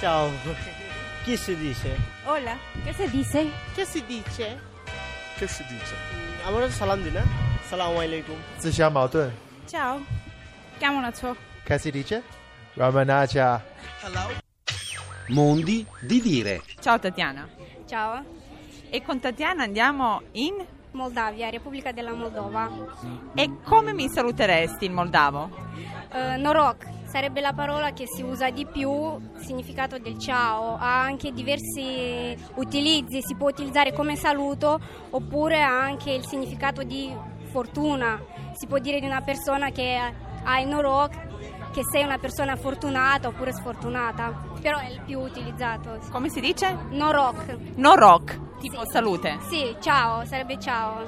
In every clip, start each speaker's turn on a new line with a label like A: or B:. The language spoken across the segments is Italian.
A: Ciao. Chi si dice?
B: Hola, ¿qué se dice?
C: Che si dice?
D: Che si dice?
A: আমরা তো সালাম দিই না সালাম আলাইকুম
E: 自相矛盾。
B: Ciao. Chiamo la ciò.
E: Che si dice? Ramanaja.
F: Mondi di dire.
G: Ciao Tatiana.
H: Ciao,
G: E con Tatiana andiamo in...
H: Moldavia, Repubblica della Moldova.
G: E come mi saluteresti in moldavo?
H: Eh, Norok sarebbe la parola che si usa di più, il significato del ciao, ha anche diversi utilizzi, si può utilizzare come saluto oppure ha anche il significato di fortuna, si può dire di una persona che ha il Norok che sei una persona fortunata oppure sfortunata, però è il più utilizzato.
G: Come si dice?
H: Norok,
G: No rock, tipo
H: Sì.
G: salute.
H: sì, ciao, sarebbe ciao.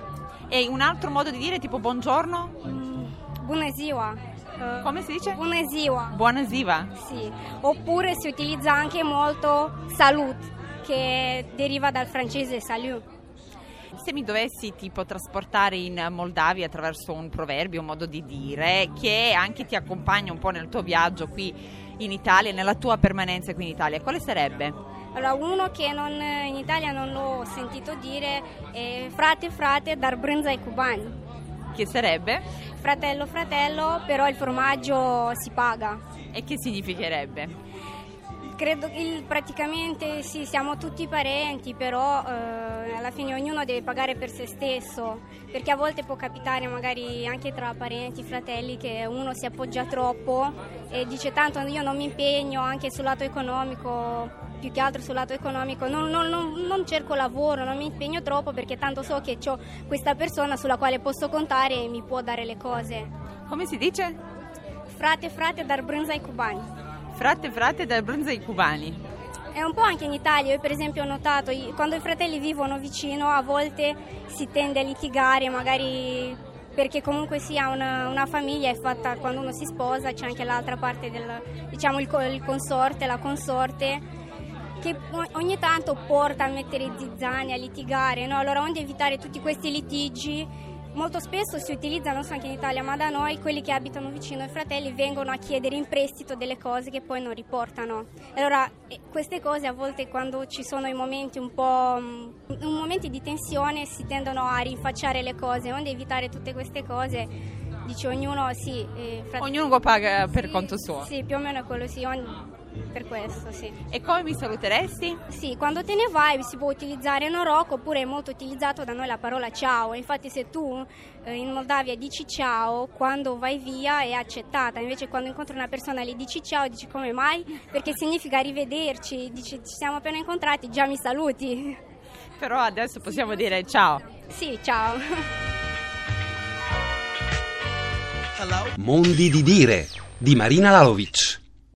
G: E un altro modo di dire tipo buongiorno?
H: Mm, Bună ziua. Eh,
G: Come si dice?
H: Bună ziua.
G: Buona ziva.
H: Sì, oppure si utilizza anche molto salut, che deriva dal francese salut.
G: Se mi dovessi tipo trasportare in Moldavia attraverso un proverbio, un modo di dire, che anche ti accompagna un po' nel tuo viaggio qui in Italia, nella tua permanenza qui in Italia, quale sarebbe?
H: Allora, uno che non- in Italia non l'ho sentito dire è frate frate dar brânza ai cubani.
G: Che sarebbe?
H: Fratello fratello, però il formaggio si paga.
G: E che significherebbe?
H: Credo che il- praticamente sì, siamo tutti parenti, però eh, alla fine ognuno deve pagare per se stesso, perché a volte può capitare magari anche tra parenti, fratelli, che uno si appoggia troppo e dice tanto io non mi impegno anche sul lato economico, più che altro sul lato economico, non, non- non- non cerco lavoro, non mi impegno troppo perché tanto so che ho questa persona sulla quale posso contare e mi può dare le cose.
G: Come si dice?
H: Frate, frate, dar brânza ai cubani.
G: Frate frate dal bronzo ai cubani.
H: È un po' anche in Italia, io per esempio ho notato, i- quando i fratelli vivono vicino a volte si tende a litigare, magari perché comunque sia una, una famiglia è fatta quando uno si sposa, c'è anche l'altra parte del, diciamo, il, co- il consorte, la consorte che o- ogni tanto porta a mettere zizzania, a litigare, no? Allora onde evitare tutti questi litigi Molto spesso si utilizzano, non so anche in Italia, ma da noi quelli che abitano vicino ai fratelli vengono a chiedere in prestito delle cose che poi non riportano. E Allora, eh, queste cose a volte quando ci sono i momenti un po' mm, un momenti di tensione si tendono a rinfacciare le cose, onde evitare tutte queste cose. Dice ognuno sì, eh, frate-
G: Ognuno paga per
H: sì,
G: conto suo.
H: Sì, più o meno è quello sì, ogni- per questo, sì.
G: E come mi saluteresti?
H: Sì, quando te ne vai si può utilizzare Norok oppure è molto utilizzato da noi la parola ciao. Infatti se tu eh, in Moldavia dici ciao, quando vai via è accettata. Invece quando incontri una persona le dici ciao, dici come mai? Perché significa rivederci, dici ci siamo appena incontrati, già mi saluti.
G: Però adesso possiamo dire ciao.
H: Sì, ciao.
F: Mondi di dire di Marina Lalovic.